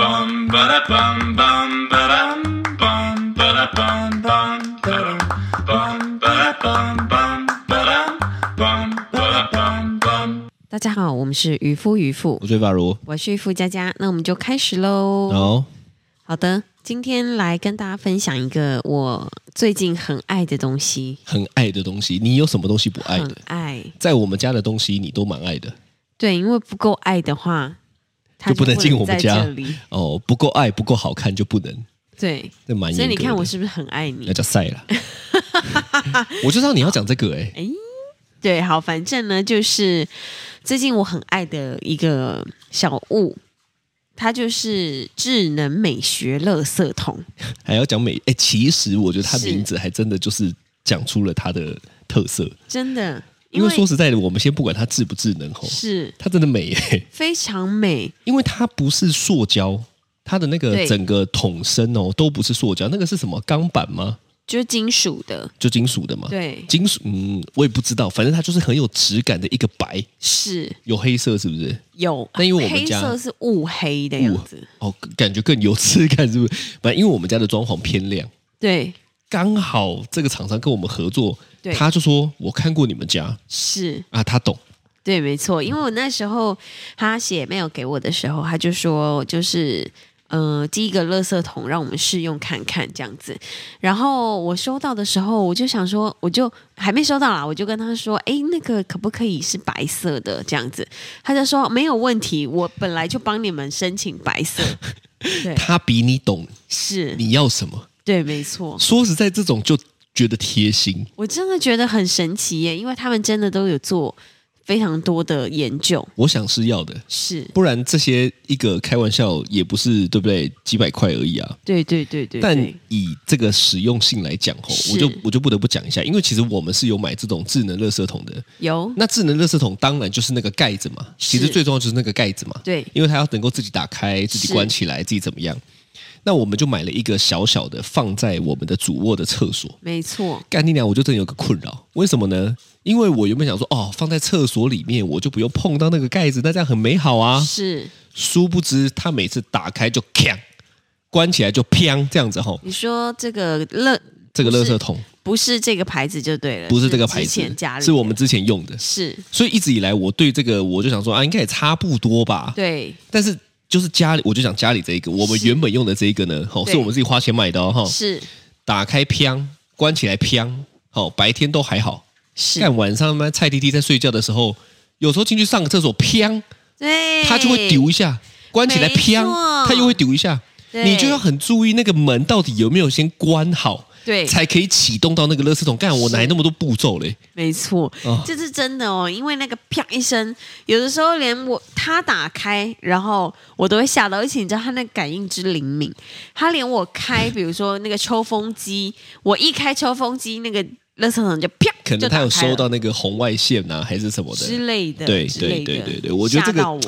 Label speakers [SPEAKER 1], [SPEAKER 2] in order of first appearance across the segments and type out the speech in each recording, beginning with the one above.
[SPEAKER 1] bum ba da bum bum ba dum bum ba da bum bum ba dum bum ba da bum bum ba dum bum ba da bum bum.
[SPEAKER 2] 大家好，我们是渔夫渔妇
[SPEAKER 3] 我，是法如，
[SPEAKER 2] 我是渔夫佳佳，那我们就开始喽。
[SPEAKER 3] 然后
[SPEAKER 2] 好的，今天来跟大家分享一个我最近很爱的东西，
[SPEAKER 3] 很爱的东西，你有什么东西不爱
[SPEAKER 2] 很
[SPEAKER 3] 的？
[SPEAKER 2] 爱。
[SPEAKER 3] 在我们家的东西你都蛮爱的
[SPEAKER 2] 对，因为不够爱的话，它
[SPEAKER 3] 就不能进我们家
[SPEAKER 2] 不能在这里
[SPEAKER 3] 哦，不够爱，不够好看就不能，
[SPEAKER 2] 对，
[SPEAKER 3] 这蛮严
[SPEAKER 2] 所以你
[SPEAKER 3] 格
[SPEAKER 2] 看
[SPEAKER 3] 的
[SPEAKER 2] 我是不是很爱你
[SPEAKER 3] 那？叫晒 了。我就知道你要讲这个哎、
[SPEAKER 2] 对，好，反正呢，就是最近我很爱的一个小物，它就是智能美学垃圾桶。
[SPEAKER 3] 还要讲美哎、其实我觉得它
[SPEAKER 2] 是
[SPEAKER 3] 名字还真的就是讲出了它的特色，
[SPEAKER 2] 真的，
[SPEAKER 3] 因
[SPEAKER 2] 为
[SPEAKER 3] 为说实在的，我们先不管它智不智能吼，
[SPEAKER 2] 是
[SPEAKER 3] 它真的美哎、
[SPEAKER 2] 非常美，
[SPEAKER 3] 因为它不是塑胶。它的那个
[SPEAKER 2] 对
[SPEAKER 3] 整个桶身哦，都不是塑胶，那个是什么钢板吗？
[SPEAKER 2] 就是金属的，
[SPEAKER 3] 就金属的吗？
[SPEAKER 2] 对，
[SPEAKER 3] 金属，嗯，我也不知道，反正它就是很有质感的一个白，
[SPEAKER 2] 是
[SPEAKER 3] 有黑色是不是？
[SPEAKER 2] 有。
[SPEAKER 3] 那因为我们
[SPEAKER 2] 黑
[SPEAKER 3] 家
[SPEAKER 2] 色是雾黑的样子，
[SPEAKER 3] 哦，感觉更有质感是不是？反正因为我们家的装潢偏亮，
[SPEAKER 2] 对，
[SPEAKER 3] 刚好这个厂商跟我们合作
[SPEAKER 2] 对，
[SPEAKER 3] 他就说我看过你们家
[SPEAKER 2] 是，
[SPEAKER 3] 啊，他懂，
[SPEAKER 2] 对，没错。因为我那时候他写 mail 给我的时候，他就说就是。呃，寄一个垃圾桶让我们试用看看这样子。然后我收到的时候，我就想说，我就还没收到啦，我就跟他说，诶，那个可不可以是白色的这样子？他就说没有问题，我本来就帮你们申请白 色。对，
[SPEAKER 3] 他比你懂
[SPEAKER 2] 是，
[SPEAKER 3] 你要什么。
[SPEAKER 2] 对，没错。
[SPEAKER 3] 说实在，这种就觉得贴心，
[SPEAKER 2] 我真的觉得很神奇耶，因为他们真的都有做非常多的研究，
[SPEAKER 3] 我想是要的，
[SPEAKER 2] 是
[SPEAKER 3] 不然这些一个开玩笑也不是对不对？几百块而已啊。
[SPEAKER 2] 对对对对
[SPEAKER 3] 但
[SPEAKER 2] 对，
[SPEAKER 3] 以这个实用性来讲吼，
[SPEAKER 2] 是
[SPEAKER 3] 我就我就不得不讲一下，因为其实我们是有买这种智能垃圾桶的。
[SPEAKER 2] 有
[SPEAKER 3] 那智能垃圾桶当然就是那个盖子嘛，
[SPEAKER 2] 是
[SPEAKER 3] 其实最重要就是那个盖子嘛，
[SPEAKER 2] 对
[SPEAKER 3] 因为它要能够自己打开、自
[SPEAKER 2] 是
[SPEAKER 3] 己关起来、自己怎么样。那我们就买了一个小小的，放在我们的主卧的厕所。
[SPEAKER 2] 没错，
[SPEAKER 3] 干你娘！我就真的有个困扰，为什么呢？因为我原本想说，哦，放在厕所里面，我就不用碰到那个盖子，那这样很美好啊。
[SPEAKER 2] 是
[SPEAKER 3] 殊不知，它每次打开就锵，关起来就砰，这样子吼。
[SPEAKER 2] 你说这个乐
[SPEAKER 3] 这个
[SPEAKER 2] 不
[SPEAKER 3] 垃
[SPEAKER 2] 是
[SPEAKER 3] 圾桶
[SPEAKER 2] 不是这个牌子就对了，
[SPEAKER 3] 不是这个牌
[SPEAKER 2] 之前
[SPEAKER 3] 子
[SPEAKER 2] 家，里
[SPEAKER 3] 是我
[SPEAKER 2] 的
[SPEAKER 3] 们哦之前用的，
[SPEAKER 2] 是
[SPEAKER 3] 所以一直以来我对这个我就想说啊，应该也差不多吧。
[SPEAKER 2] 对
[SPEAKER 3] 但是就是家里，我就讲家里这一个，我们
[SPEAKER 2] 是
[SPEAKER 3] 原本用的这一个呢，好、
[SPEAKER 2] 对
[SPEAKER 3] 是我们自己花钱买的哦，哈、
[SPEAKER 2] 是
[SPEAKER 3] 打开砰，关起来砰，好、白天都还好，
[SPEAKER 2] 是，
[SPEAKER 3] 但晚上他妈菜滴滴在睡觉的时候，有时候进去上个厕所砰，
[SPEAKER 2] 对，
[SPEAKER 3] 它就会丢一下，关起来
[SPEAKER 2] 哎没
[SPEAKER 3] 砰
[SPEAKER 2] 错，
[SPEAKER 3] 它又会丢一下，
[SPEAKER 2] 对，
[SPEAKER 3] 你就要很注意那个门到底有没有先关好，
[SPEAKER 2] 对，
[SPEAKER 3] 才可以启动到那个垃圾桶。干，我哪来那么多步骤嘞？
[SPEAKER 2] 没错，
[SPEAKER 3] 哦
[SPEAKER 2] 这是真的哦，因为那个啪一声，有的时候连我他打开，然后我都会吓到，而且你知道他那感应之灵敏，他连我开，比如说那个抽风机，我一开抽风机，那个垃圾桶就啪，
[SPEAKER 3] 可
[SPEAKER 2] 就打
[SPEAKER 3] 能他有
[SPEAKER 2] 开了
[SPEAKER 3] 收到那个红外线呐、还是什么的。
[SPEAKER 2] 之类的，
[SPEAKER 3] 对
[SPEAKER 2] 之类的
[SPEAKER 3] 对对对对我觉得这个
[SPEAKER 2] 吓到我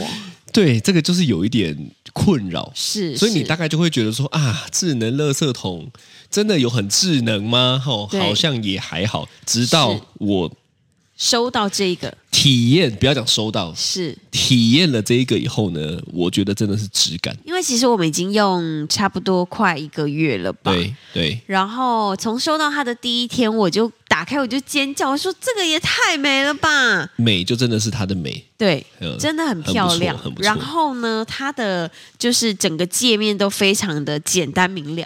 [SPEAKER 3] 对，这个就是有一点困扰，
[SPEAKER 2] 是，
[SPEAKER 3] 所以你
[SPEAKER 2] 是
[SPEAKER 3] 大概就会觉得说啊，智能垃圾桶真的有很智能吗？吼、
[SPEAKER 2] 对
[SPEAKER 3] 好像也还好。直到
[SPEAKER 2] 是
[SPEAKER 3] 我
[SPEAKER 2] 收到这个
[SPEAKER 3] 体验，不要讲收到，
[SPEAKER 2] 是。
[SPEAKER 3] 体验了这一个以后呢，我觉得真的是质感。
[SPEAKER 2] 因为其实我们已经用差不多快一个月了吧，
[SPEAKER 3] 对对，
[SPEAKER 2] 然后从收到它的第一天，我就打开，我就尖叫，我说这个也太美了吧！
[SPEAKER 3] 美就真的是它的美，
[SPEAKER 2] 对，
[SPEAKER 3] 嗯
[SPEAKER 2] 真的很漂亮。
[SPEAKER 3] 很不错
[SPEAKER 2] 然
[SPEAKER 3] 很不错。
[SPEAKER 2] 后呢，它的就是整个界面都非常的简单明了。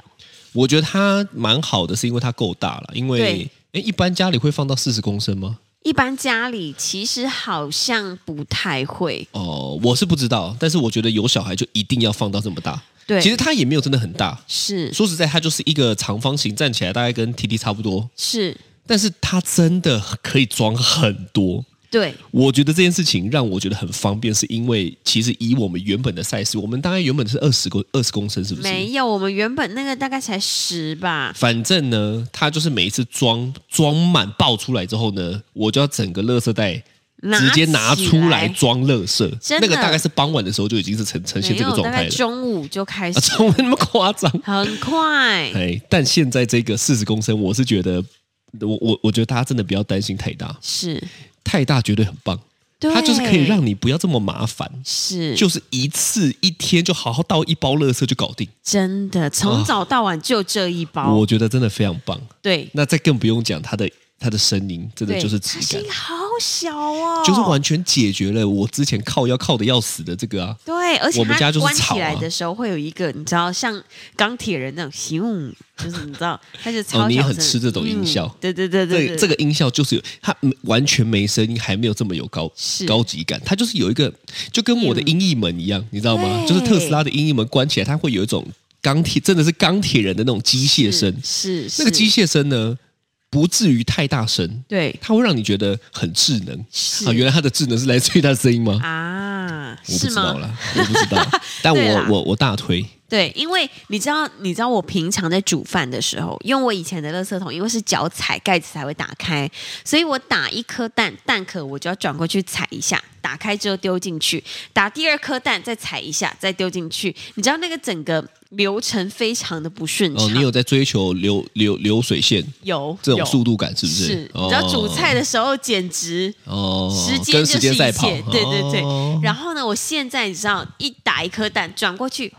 [SPEAKER 3] 我觉得它蛮好的，是因为它够大了。因为
[SPEAKER 2] 对
[SPEAKER 3] 诶一般家里会放到四十公升吗？
[SPEAKER 2] 一般家里其实好像不太会，
[SPEAKER 3] 哦，我是不知道，但是我觉得有小孩就一定要放到这么大。
[SPEAKER 2] 对，
[SPEAKER 3] 其实它也没有真的很大，
[SPEAKER 2] 是
[SPEAKER 3] 说实在，它就是一个长方形，站起来大概跟 T T 差不多，
[SPEAKER 2] 是，
[SPEAKER 3] 但是它真的可以装很多。
[SPEAKER 2] 对，
[SPEAKER 3] 我觉得这件事情让我觉得很方便，是因为其实以我们原本的赛事，我们大概原本是二十公二十公升，是不是？
[SPEAKER 2] 没有，我们原本那个大概才十吧，
[SPEAKER 3] 反正呢，它就是每一次装装满爆出来之后呢，我就要整个垃圾袋直接拿
[SPEAKER 2] 起
[SPEAKER 3] 出来装垃圾。
[SPEAKER 2] 真的
[SPEAKER 3] 那个大概是傍晚的时候就已经是呈呈现
[SPEAKER 2] 没
[SPEAKER 3] 这个
[SPEAKER 2] 有，
[SPEAKER 3] 状
[SPEAKER 2] 大概
[SPEAKER 3] 态了，
[SPEAKER 2] 中午就开始
[SPEAKER 3] 啊，，怎么那么夸张？
[SPEAKER 2] 很快，
[SPEAKER 3] 哎，但现在这个四十公升，我是觉得，我我我觉得大家真的不要担心太大，
[SPEAKER 2] 是
[SPEAKER 3] 太大绝对很棒。
[SPEAKER 2] 对
[SPEAKER 3] 它就是可以让你不要这么麻烦，
[SPEAKER 2] 是
[SPEAKER 3] 就是一次一天就好好倒一包垃圾就搞定。
[SPEAKER 2] 真的，从
[SPEAKER 3] 啊
[SPEAKER 2] 早到晚就这一包，
[SPEAKER 3] 我觉得真的非常棒。
[SPEAKER 2] 对，
[SPEAKER 3] 那再更不用讲它的它的声音，真的
[SPEAKER 2] 对
[SPEAKER 3] 就是质
[SPEAKER 2] 它声
[SPEAKER 3] 感
[SPEAKER 2] 音，好小哦，
[SPEAKER 3] 就是完全解决了我之前靠要靠的要死的这个啊。
[SPEAKER 2] 对，而且
[SPEAKER 3] 我们家
[SPEAKER 2] 它
[SPEAKER 3] 就是
[SPEAKER 2] 关
[SPEAKER 3] 草
[SPEAKER 2] 起来
[SPEAKER 3] 啊
[SPEAKER 2] 的时候会有一个，你知道，像钢铁人那种咻，就是你知道，它就超小声、
[SPEAKER 3] 哦你也很吃这种音效
[SPEAKER 2] 嗯对对对对
[SPEAKER 3] 这
[SPEAKER 2] 对，
[SPEAKER 3] 这个音效就是有，它嗯完全没声音，还没有这么有高
[SPEAKER 2] 是
[SPEAKER 3] 高级感。它就是有一个，就跟我的音译门一样，你知道吗？
[SPEAKER 2] 对
[SPEAKER 3] 就是特斯拉的音译门关起来，它会有一种钢铁，真的是钢铁人的那种机械声。
[SPEAKER 2] 是是
[SPEAKER 3] 那个机
[SPEAKER 2] 是
[SPEAKER 3] 械声呢，不至于太大声，
[SPEAKER 2] 对
[SPEAKER 3] 它会让你觉得很智能
[SPEAKER 2] 是
[SPEAKER 3] 啊。原来它的智能是来自于它的声音吗？
[SPEAKER 2] 啊，
[SPEAKER 3] 我不
[SPEAKER 2] 是
[SPEAKER 3] 知道
[SPEAKER 2] 吗？
[SPEAKER 3] 啦，我不知道。 但
[SPEAKER 2] 对啦
[SPEAKER 3] 我我我大推，
[SPEAKER 2] 对，因为你知道，你知道我平常在煮饭的时候，用我以前的垃圾桶，因为是脚踩盖子才会打开，所以我打一颗蛋，蛋壳我就要转过去踩一下，打开之后丢进去，打第二颗蛋再踩一下，再丢进去。你知道那个整个流程非常的不顺畅。
[SPEAKER 3] 哦，你有在追求流流流水线
[SPEAKER 2] 有
[SPEAKER 3] 这种
[SPEAKER 2] 有
[SPEAKER 3] 速度感，是不
[SPEAKER 2] 是，
[SPEAKER 3] 哦
[SPEAKER 2] 你知道煮菜的时候简直。
[SPEAKER 3] 哦，
[SPEAKER 2] 时间
[SPEAKER 3] 跟
[SPEAKER 2] 就是
[SPEAKER 3] 时
[SPEAKER 2] 一切，
[SPEAKER 3] 间赛跑，
[SPEAKER 2] 对对对。
[SPEAKER 3] 哦
[SPEAKER 2] 然后呢，我现在你知道，一打一颗蛋转过去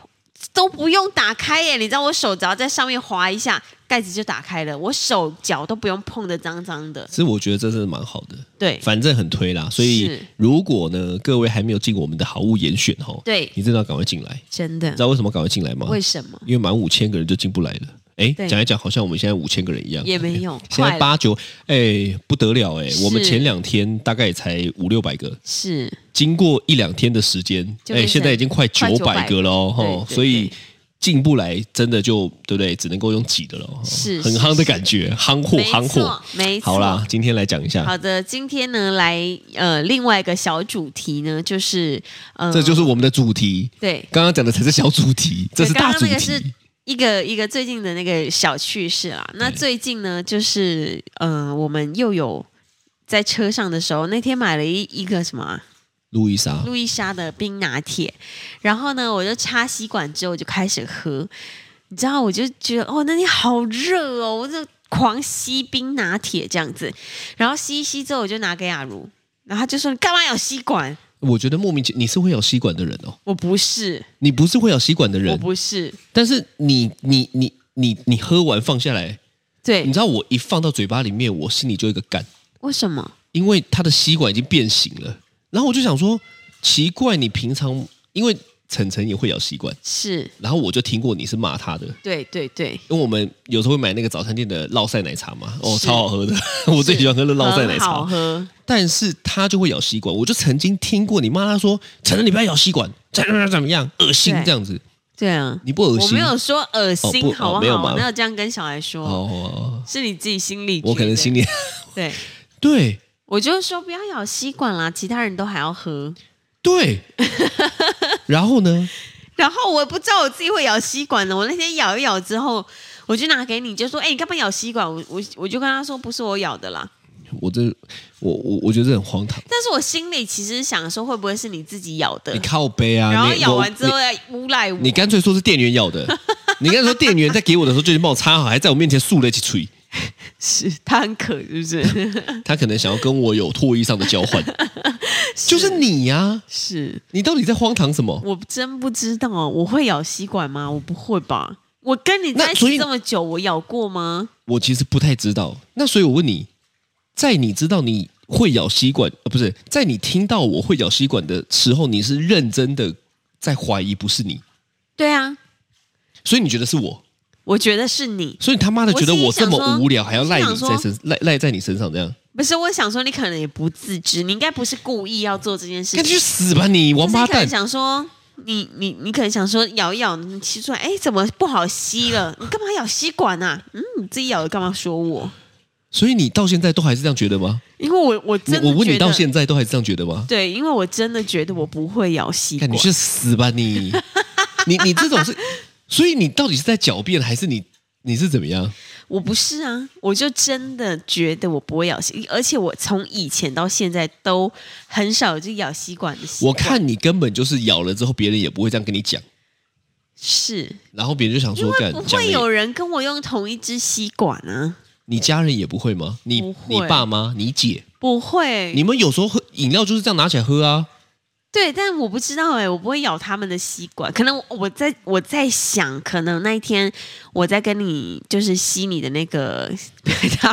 [SPEAKER 2] 都不用打开耶，你知道我手只要在上面划一下，盖子就打开了，我手脚都不用碰的脏脏的。
[SPEAKER 3] 其实我觉得这真的蛮好的，
[SPEAKER 2] 对
[SPEAKER 3] 反正很推啦。所以
[SPEAKER 2] 是
[SPEAKER 3] 如果呢，各位还没有进我们的好物严选哦，
[SPEAKER 2] 对，
[SPEAKER 3] 你真的要赶快进来。你
[SPEAKER 2] 真的
[SPEAKER 3] 知，道为什么赶快进来吗？
[SPEAKER 2] 为什么？
[SPEAKER 3] 因为满五千个人就进不来了。哎，
[SPEAKER 2] 对
[SPEAKER 3] 讲一讲，好像我们现在五千个人一样，
[SPEAKER 2] 也没有，
[SPEAKER 3] 现
[SPEAKER 2] 快
[SPEAKER 3] 在
[SPEAKER 2] 了
[SPEAKER 3] 八九，哎，不得了哎！
[SPEAKER 2] 是
[SPEAKER 3] 我们前两天大概也才五六百个，
[SPEAKER 2] 是
[SPEAKER 3] 经过一两天的时间，
[SPEAKER 2] 就变
[SPEAKER 3] 哎，
[SPEAKER 2] 成
[SPEAKER 3] 现在已经快九
[SPEAKER 2] 快
[SPEAKER 3] 百
[SPEAKER 2] 900
[SPEAKER 3] 个了哦，
[SPEAKER 2] 对
[SPEAKER 3] 吼
[SPEAKER 2] 对
[SPEAKER 3] 所以
[SPEAKER 2] 对
[SPEAKER 3] 进不来真的就对不对？只能够用挤的了，吼
[SPEAKER 2] 是
[SPEAKER 3] 很
[SPEAKER 2] 是
[SPEAKER 3] 夯的
[SPEAKER 2] 是
[SPEAKER 3] 感觉，夯货
[SPEAKER 2] 没
[SPEAKER 3] 夯货
[SPEAKER 2] 错。，没错。
[SPEAKER 3] 好啦，今天来讲一下，
[SPEAKER 2] 好的，今天呢，来呃，另外一个小主题呢，就是呃，
[SPEAKER 3] 这就是我们的主题。
[SPEAKER 2] 对
[SPEAKER 3] 刚刚讲的才是小主题，这是大
[SPEAKER 2] 刚
[SPEAKER 3] 主
[SPEAKER 2] 刚那个是
[SPEAKER 3] 题。
[SPEAKER 2] 一个一个最近的那个小趣事啦。那最近呢，就是嗯、呃我们又有在车上的时候，那天买了一一个什么啊
[SPEAKER 3] 路易莎，
[SPEAKER 2] 路易莎的冰拿铁，然后呢，我就插吸管之后我就开始喝，你知道，我就觉得哦，那天好热哦，我就狂吸冰拿铁这样子，然后吸一吸之后，我就拿给雅茹，然后他就说你干嘛有吸管？
[SPEAKER 3] 我觉得莫名其你是会咬吸管的人哦，
[SPEAKER 2] 我不是，
[SPEAKER 3] 你不是会咬吸管的
[SPEAKER 2] 我
[SPEAKER 3] 人，
[SPEAKER 2] 不是，
[SPEAKER 3] 但是你你你你你喝完放下来，你
[SPEAKER 2] 对
[SPEAKER 3] 知，道我一放到嘴巴里面，我心里就有一个干，
[SPEAKER 2] 为什么？
[SPEAKER 3] 因为它的吸管已经变形了。然后我就想说，奇怪，你平常因为晨晨也会咬吸管，
[SPEAKER 2] 是
[SPEAKER 3] 然后我就听过你是骂他的，
[SPEAKER 2] 对对对，
[SPEAKER 3] 因为我们有时候会买那个早餐店的烙晒奶茶嘛，哦，
[SPEAKER 2] 是
[SPEAKER 3] 超好喝的， 我最喜欢喝的烙晒奶
[SPEAKER 2] 很
[SPEAKER 3] 茶
[SPEAKER 2] 好。喝，
[SPEAKER 3] 但是他就会咬吸管。我就曾经听过你妈她说：“晨晨，你不要咬吸管，怎么怎么样，恶心
[SPEAKER 2] 对
[SPEAKER 3] 这样子。
[SPEAKER 2] 对啊”，
[SPEAKER 3] 你不恶
[SPEAKER 2] 我
[SPEAKER 3] 心？
[SPEAKER 2] 没有说恶
[SPEAKER 3] 哦
[SPEAKER 2] 心，
[SPEAKER 3] 不哦
[SPEAKER 2] 好不好？
[SPEAKER 3] 没有吗
[SPEAKER 2] 我哪有这样跟小孩说？
[SPEAKER 3] 哦哦，哦
[SPEAKER 2] 是你自己心里觉得，
[SPEAKER 3] 我可 能心里
[SPEAKER 2] 对，
[SPEAKER 3] 对
[SPEAKER 2] 我就是说不要咬吸管啦，其他人都还要喝。
[SPEAKER 3] 对。 然后呢？
[SPEAKER 2] 然后我不知道我自己会咬吸管的，我那天咬一咬之后，我就拿给你，就说：“哎、你干嘛咬吸管？”我我我就跟他说：“不是我咬的啦。
[SPEAKER 3] 我这我我我觉得这很荒唐”。
[SPEAKER 2] 但是我心里其实想说，会不会是你自己咬的
[SPEAKER 3] 你？靠背啊！
[SPEAKER 2] 嗯然后
[SPEAKER 3] 你
[SPEAKER 2] 咬
[SPEAKER 3] 我
[SPEAKER 2] 完之后再诬赖我
[SPEAKER 3] 你，你干脆说是店员咬的。你刚才说店员在给我的时候就已经帮我擦好，还在我面前竖了一起吹。
[SPEAKER 2] 是他很渴，是不 是？
[SPEAKER 3] 他可能想要跟我有唾液上的 交换，就是你呀、
[SPEAKER 2] 是。
[SPEAKER 3] 你到底在荒唐什么？
[SPEAKER 2] 我真不知道，我会咬吸管吗？我不会吧。我跟你在一
[SPEAKER 3] 那所以
[SPEAKER 2] 起这么久，我咬过吗？
[SPEAKER 3] 我其实不太知道。那所以我问你，在你知道你会咬吸管，呃，不是，在你听到我会咬吸管的时候，你是认真的在怀疑不是你，
[SPEAKER 2] 对啊，
[SPEAKER 3] 所以你觉得是我，
[SPEAKER 2] 我觉得是你，
[SPEAKER 3] 所以你他妈的觉得
[SPEAKER 2] 我
[SPEAKER 3] 我
[SPEAKER 2] 心
[SPEAKER 3] 这
[SPEAKER 2] 里想说
[SPEAKER 3] 么无聊，还要赖
[SPEAKER 2] 我
[SPEAKER 3] 你
[SPEAKER 2] 心想
[SPEAKER 3] 在
[SPEAKER 2] 说
[SPEAKER 3] 身赖赖在你身上这样，
[SPEAKER 2] 不是我想说你可能也不自知，你应该不是故意要做这件事
[SPEAKER 3] 赶紧
[SPEAKER 2] 情
[SPEAKER 3] 去，死吧你王
[SPEAKER 2] 就是你
[SPEAKER 3] 八
[SPEAKER 2] 可能
[SPEAKER 3] 蛋！
[SPEAKER 2] 想说你你你可能想说咬一咬，你吸出来，哎，怎么不好吸了？你干嘛咬吸管啊？嗯，你自己咬的干嘛说我？
[SPEAKER 3] 所以你到现在都还是这样觉得吗？
[SPEAKER 2] 因为我我真
[SPEAKER 3] 我
[SPEAKER 2] 的
[SPEAKER 3] 我问
[SPEAKER 2] 觉
[SPEAKER 3] 你
[SPEAKER 2] 得
[SPEAKER 3] 到现在都还是这样觉得吗？
[SPEAKER 2] 对，因为我真的觉得我不会咬吸
[SPEAKER 3] 看
[SPEAKER 2] 管
[SPEAKER 3] 你，去死吧 你！你你这种是，所以你到底是在狡辩还是你你是怎么样？
[SPEAKER 2] 我不是啊，我就真的觉得我不会咬吸，而且我从以前到现在都很少有就咬吸管的习
[SPEAKER 3] 我
[SPEAKER 2] 惯。
[SPEAKER 3] 看你根本就是咬了之后，别人也不会这样跟你讲，
[SPEAKER 2] 是
[SPEAKER 3] 然后别人就想
[SPEAKER 2] 因
[SPEAKER 3] 说
[SPEAKER 2] 为
[SPEAKER 3] 干
[SPEAKER 2] 不
[SPEAKER 3] 讲
[SPEAKER 2] 会
[SPEAKER 3] 了
[SPEAKER 2] 有人跟我用同一支吸管啊，
[SPEAKER 3] 你家人也不会吗？你
[SPEAKER 2] 不会
[SPEAKER 3] 你爸妈、你姐，
[SPEAKER 2] 不会，
[SPEAKER 3] 你们有时候喝饮料就是这样拿起来喝啊。
[SPEAKER 2] 对，但我不知道哎、我不会咬他们的吸管。可能我我在我在想，可能那一天我在跟你就是吸你的那个 他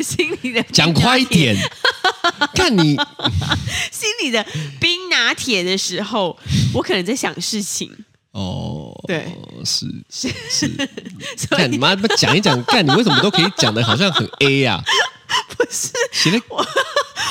[SPEAKER 2] 心里的
[SPEAKER 3] 讲
[SPEAKER 2] 冰拿
[SPEAKER 3] 快一
[SPEAKER 2] 铁，
[SPEAKER 3] 点，看你
[SPEAKER 2] 心里的冰拿铁的时候，我可能在想事情，
[SPEAKER 3] 哦，
[SPEAKER 2] 对，
[SPEAKER 3] 是 是是，
[SPEAKER 2] 所
[SPEAKER 3] 看你
[SPEAKER 2] 以
[SPEAKER 3] 妈讲一讲，看你为什么都可以讲的好像很 A 呀、啊？
[SPEAKER 2] 不是
[SPEAKER 3] 写的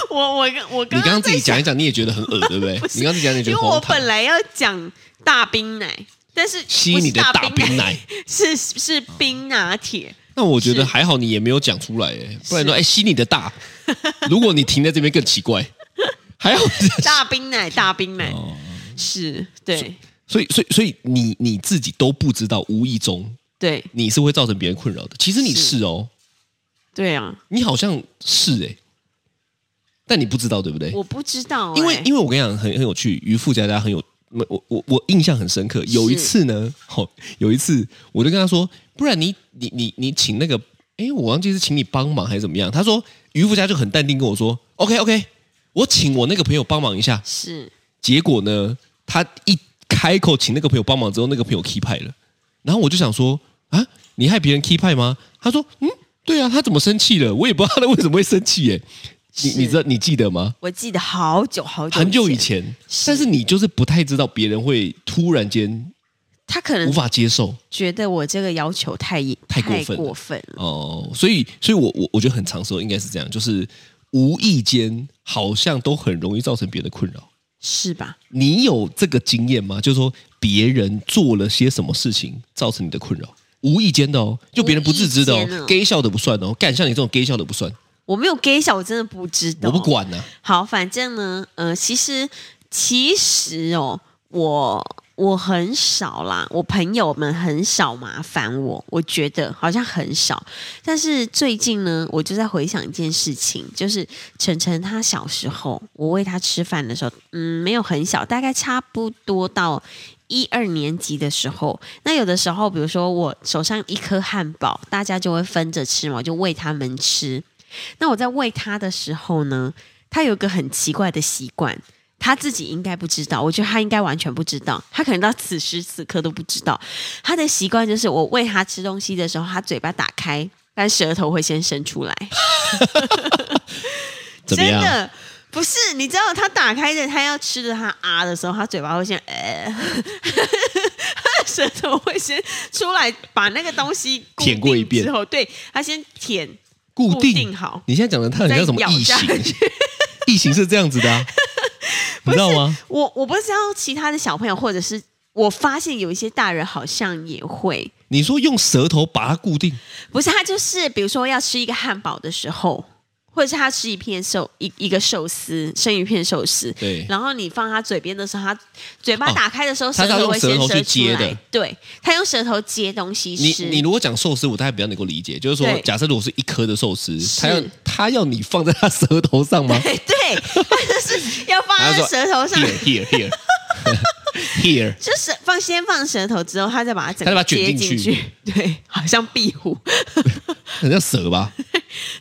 [SPEAKER 2] 我我跟我
[SPEAKER 3] 你
[SPEAKER 2] 刚
[SPEAKER 3] 刚刚自己
[SPEAKER 2] 在
[SPEAKER 3] 讲一讲，你也觉得很恶，对不对？
[SPEAKER 2] 是
[SPEAKER 3] 你刚刚自己讲，你也觉
[SPEAKER 2] 因
[SPEAKER 3] 得
[SPEAKER 2] 为我
[SPEAKER 3] 荒唐
[SPEAKER 2] 本。来要讲大冰奶，但是
[SPEAKER 3] 吸
[SPEAKER 2] 不是
[SPEAKER 3] 你的大
[SPEAKER 2] 大
[SPEAKER 3] 冰
[SPEAKER 2] 奶
[SPEAKER 3] 奶，
[SPEAKER 2] 是是冰拿 铁。
[SPEAKER 3] 那我觉得
[SPEAKER 2] 是
[SPEAKER 3] 还好，你也没有讲出来，哎，不然说哎吸你的大，如果你停在这边更奇怪。还好，
[SPEAKER 2] 大冰奶，大冰奶，是对
[SPEAKER 3] 哦所以所以所以你你自己都不知道，无意中
[SPEAKER 2] 对
[SPEAKER 3] 你是会造成别人困扰的。其实你
[SPEAKER 2] 是
[SPEAKER 3] 是哦，
[SPEAKER 2] 对啊，
[SPEAKER 3] 你好像是哎，但你不知道对不对？
[SPEAKER 2] 我不知道、欸
[SPEAKER 3] 因为
[SPEAKER 2] 为
[SPEAKER 3] 因为我跟你讲很很有趣，渔夫家家很有我我我印象很深刻。有一次呢，哦，有一次我就跟他说，不然你你你你请那个，哎，我忘记是请你帮忙还是怎么样。他说渔夫家就很淡定跟我说，OK OK，我请我那个朋友帮忙一下。
[SPEAKER 2] 是
[SPEAKER 3] 结果呢，他一开口请那个朋友帮忙之后，那个朋友 key 派了。然后我就想说啊，你害别人 key 派吗？他说嗯，对啊，他怎么生气了？我也不知道他为什么会生气耶。你
[SPEAKER 2] 是
[SPEAKER 3] 你知道你记得吗？
[SPEAKER 2] 我记得好久好久
[SPEAKER 3] 很久以
[SPEAKER 2] 前，
[SPEAKER 3] 前，但是你就是不太知道别人会突然间
[SPEAKER 2] 他可
[SPEAKER 3] 无
[SPEAKER 2] 能
[SPEAKER 3] 法接受
[SPEAKER 2] 觉得我这个要求太
[SPEAKER 3] 太
[SPEAKER 2] 过
[SPEAKER 3] 过分了
[SPEAKER 2] 分了，
[SPEAKER 3] 哦、所以，所以我我我觉得很长时候应该是这样，就是无意间好像都很容易造成别人的困扰。
[SPEAKER 2] 是吧？
[SPEAKER 3] 你有这个经验吗？就是说别人做了些什么事情造成你的困扰，无意间的哦，就别人不自知的
[SPEAKER 2] 无意间
[SPEAKER 3] 哦
[SPEAKER 2] 哦
[SPEAKER 3] ，gay 笑的不算哦，干像你这种 gay 笑的不算，
[SPEAKER 2] 我没有 gay 小，我真的不知道，
[SPEAKER 3] 我不。管啊呢、
[SPEAKER 2] 好，反正呢，呃，其实其实哦，我我很少啦，我朋友们很少麻烦我，我觉得好像很少。但是最近呢，我就在回想一件事情，就是晨晨他小时候，我喂他吃饭的时候，嗯，没有很小，大概差不多到。一二年级的时候，那有的时候，比如说我手上一颗汉堡，大家就会分着吃嘛，我就喂他们吃。那我在喂他的时候呢，他有一个很奇怪的习惯，他自己应该不知道，我觉得他应该完全不知道，他可能到此时此刻都不知道。他的习惯就是我喂他吃东西的时候，他嘴巴打开，但舌头会先伸出来。
[SPEAKER 3] 怎么
[SPEAKER 2] 真
[SPEAKER 3] 样？
[SPEAKER 2] 的不是，你知道他打开的，他要吃的，他啊的时候，他嘴巴会先呃， 他的舌头会先出来，把那个东西固
[SPEAKER 3] 舔过一
[SPEAKER 2] 定
[SPEAKER 3] 遍
[SPEAKER 2] 之后，对他先舔
[SPEAKER 3] 固定
[SPEAKER 2] 好。
[SPEAKER 3] 你现在讲的他很像什么
[SPEAKER 2] 再咬
[SPEAKER 3] 异
[SPEAKER 2] 下
[SPEAKER 3] 形？异形是这样子 的、啊，你知道吗？
[SPEAKER 2] 我我不知道其他的小朋友，或者是我发现有一些大人好像也会，
[SPEAKER 3] 你说用舌头把它固定，
[SPEAKER 2] 不是他就是比如说要吃一个汉堡的时候，或者是他吃一片寿一一个寿司生鱼片寿司，
[SPEAKER 3] 对
[SPEAKER 2] 然后你放他嘴边的时候，他嘴巴
[SPEAKER 3] 哦
[SPEAKER 2] 打开的时候，
[SPEAKER 3] 他是要
[SPEAKER 2] 头会
[SPEAKER 3] 用舌
[SPEAKER 2] 先
[SPEAKER 3] 头
[SPEAKER 2] 伸
[SPEAKER 3] 去接
[SPEAKER 2] 出来
[SPEAKER 3] 的，
[SPEAKER 2] 对他用舌头接东西
[SPEAKER 3] 你
[SPEAKER 2] 吃，
[SPEAKER 3] 你如果讲寿司，我大概比较能够理解，就是说
[SPEAKER 2] 对，
[SPEAKER 3] 假设如果是一颗的寿司，
[SPEAKER 2] 是
[SPEAKER 3] 他要他要你放在他舌头上吗？
[SPEAKER 2] 对 对，他就是要放
[SPEAKER 3] 他
[SPEAKER 2] 在
[SPEAKER 3] 说
[SPEAKER 2] 舌头上，
[SPEAKER 3] here here here here，
[SPEAKER 2] 就是放先放舌头之后，他再把它整
[SPEAKER 3] 他再把
[SPEAKER 2] 个
[SPEAKER 3] 它卷
[SPEAKER 2] 接
[SPEAKER 3] 进
[SPEAKER 2] 进
[SPEAKER 3] 去
[SPEAKER 2] 去，对，好像壁虎。
[SPEAKER 3] 很像蛇吧？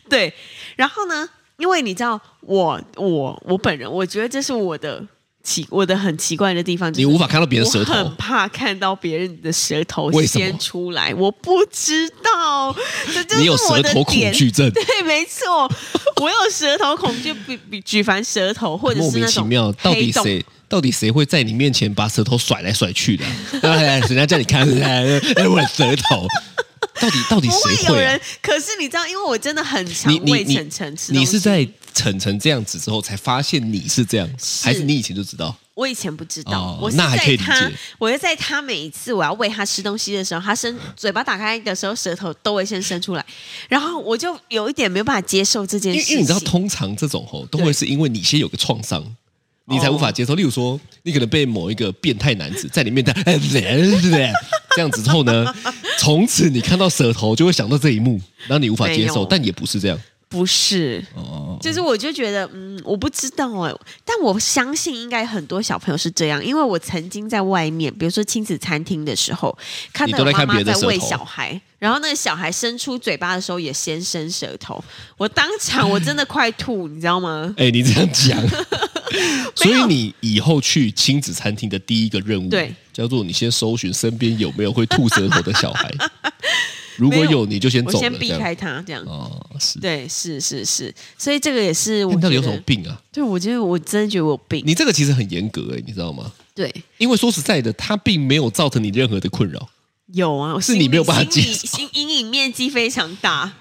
[SPEAKER 2] 对，然后呢，因为你知道我我我本人，我觉得这是我的奇我的很奇怪的地方，就是
[SPEAKER 3] 你无法看到别人舌
[SPEAKER 2] 我很
[SPEAKER 3] 头，
[SPEAKER 2] 怕看到别人的舌头
[SPEAKER 3] 为什么
[SPEAKER 2] 先出来，我不知道，这就
[SPEAKER 3] 你
[SPEAKER 2] 是
[SPEAKER 3] 有
[SPEAKER 2] 我
[SPEAKER 3] 舌
[SPEAKER 2] 的
[SPEAKER 3] 头恐
[SPEAKER 2] 点。
[SPEAKER 3] 惧症，
[SPEAKER 2] 对，没错，我有舌头恐惧，比比举凡舌头或者
[SPEAKER 3] 莫
[SPEAKER 2] 是
[SPEAKER 3] 名
[SPEAKER 2] 那
[SPEAKER 3] 其
[SPEAKER 2] 种
[SPEAKER 3] 妙，到
[SPEAKER 2] 黑
[SPEAKER 3] 底
[SPEAKER 2] 洞
[SPEAKER 3] 谁到底谁会在你面前把舌头甩来甩去的？ 哎人家叫你看， 哎哎我的舌头，到底到底
[SPEAKER 2] 不会
[SPEAKER 3] 谁
[SPEAKER 2] 有
[SPEAKER 3] 会啊？
[SPEAKER 2] 人。可是你知道，因为我真的很常
[SPEAKER 3] 你你
[SPEAKER 2] 喂
[SPEAKER 3] 你
[SPEAKER 2] 晨晨吃
[SPEAKER 3] 你
[SPEAKER 2] 东
[SPEAKER 3] 是
[SPEAKER 2] 西
[SPEAKER 3] 在晨晨这样子之后才发现你是这样，还是你以前就知道？
[SPEAKER 2] 我以前不知道，
[SPEAKER 3] 哦
[SPEAKER 2] 我是
[SPEAKER 3] 那还可
[SPEAKER 2] 在
[SPEAKER 3] 以理
[SPEAKER 2] 他
[SPEAKER 3] 解，
[SPEAKER 2] 我是在他每一次我要喂他吃东西的时候，他 伸嘴巴打开的时候，舌头都会先伸出来，然后我就有一点没有办法接受这件
[SPEAKER 3] 因为
[SPEAKER 2] 事情。
[SPEAKER 3] 因为你知道，通常这种吼都会是因为你先有个创伤，你才无
[SPEAKER 2] 哦
[SPEAKER 3] 法接受。例如说，你可能被某一个变态男子在你面前这样子之后呢，从此你看到舌头就会想到这一幕，然后你无法接
[SPEAKER 2] 没有
[SPEAKER 3] 受，但也不是这样。
[SPEAKER 2] 不是，
[SPEAKER 3] 哦，
[SPEAKER 2] 就是我就觉得，嗯，我不知道哎、但我相信应该很多小朋友是这样，因为我曾经在外面，比如说亲子餐厅的时候，看
[SPEAKER 3] 你
[SPEAKER 2] 到
[SPEAKER 3] 都
[SPEAKER 2] 有妈
[SPEAKER 3] 在看
[SPEAKER 2] 妈
[SPEAKER 3] 别的
[SPEAKER 2] 在
[SPEAKER 3] 舌头
[SPEAKER 2] 喂小孩，然后那个小孩伸出嘴巴的时候也先伸舌头，我当场我真的快吐，你知道吗？
[SPEAKER 3] 哎、你这样讲， 所以你以后去亲子餐厅的第一个任务，
[SPEAKER 2] 对，
[SPEAKER 3] 叫做你先搜寻身边有没有会吐舌头的 小孩，如果
[SPEAKER 2] 没有
[SPEAKER 3] 有，你就 先
[SPEAKER 2] 我
[SPEAKER 3] 走了，
[SPEAKER 2] 先避
[SPEAKER 3] 这样
[SPEAKER 2] 开他这样。
[SPEAKER 3] 哦，是，
[SPEAKER 2] 对，是是是，所以这个也是我
[SPEAKER 3] 哎那你到底有
[SPEAKER 2] 觉
[SPEAKER 3] 什
[SPEAKER 2] 得
[SPEAKER 3] 么病啊？
[SPEAKER 2] 对，我觉得我真的觉得我有病。
[SPEAKER 3] 你这个其实很严格哎、你知道吗？
[SPEAKER 2] 对，
[SPEAKER 3] 因为说实在的，它并没有造成你任何的困扰，
[SPEAKER 2] 有啊，我
[SPEAKER 3] 是
[SPEAKER 2] 心
[SPEAKER 3] 你
[SPEAKER 2] 理
[SPEAKER 3] 没有办法接受哦
[SPEAKER 2] 心理心阴影面积非常大，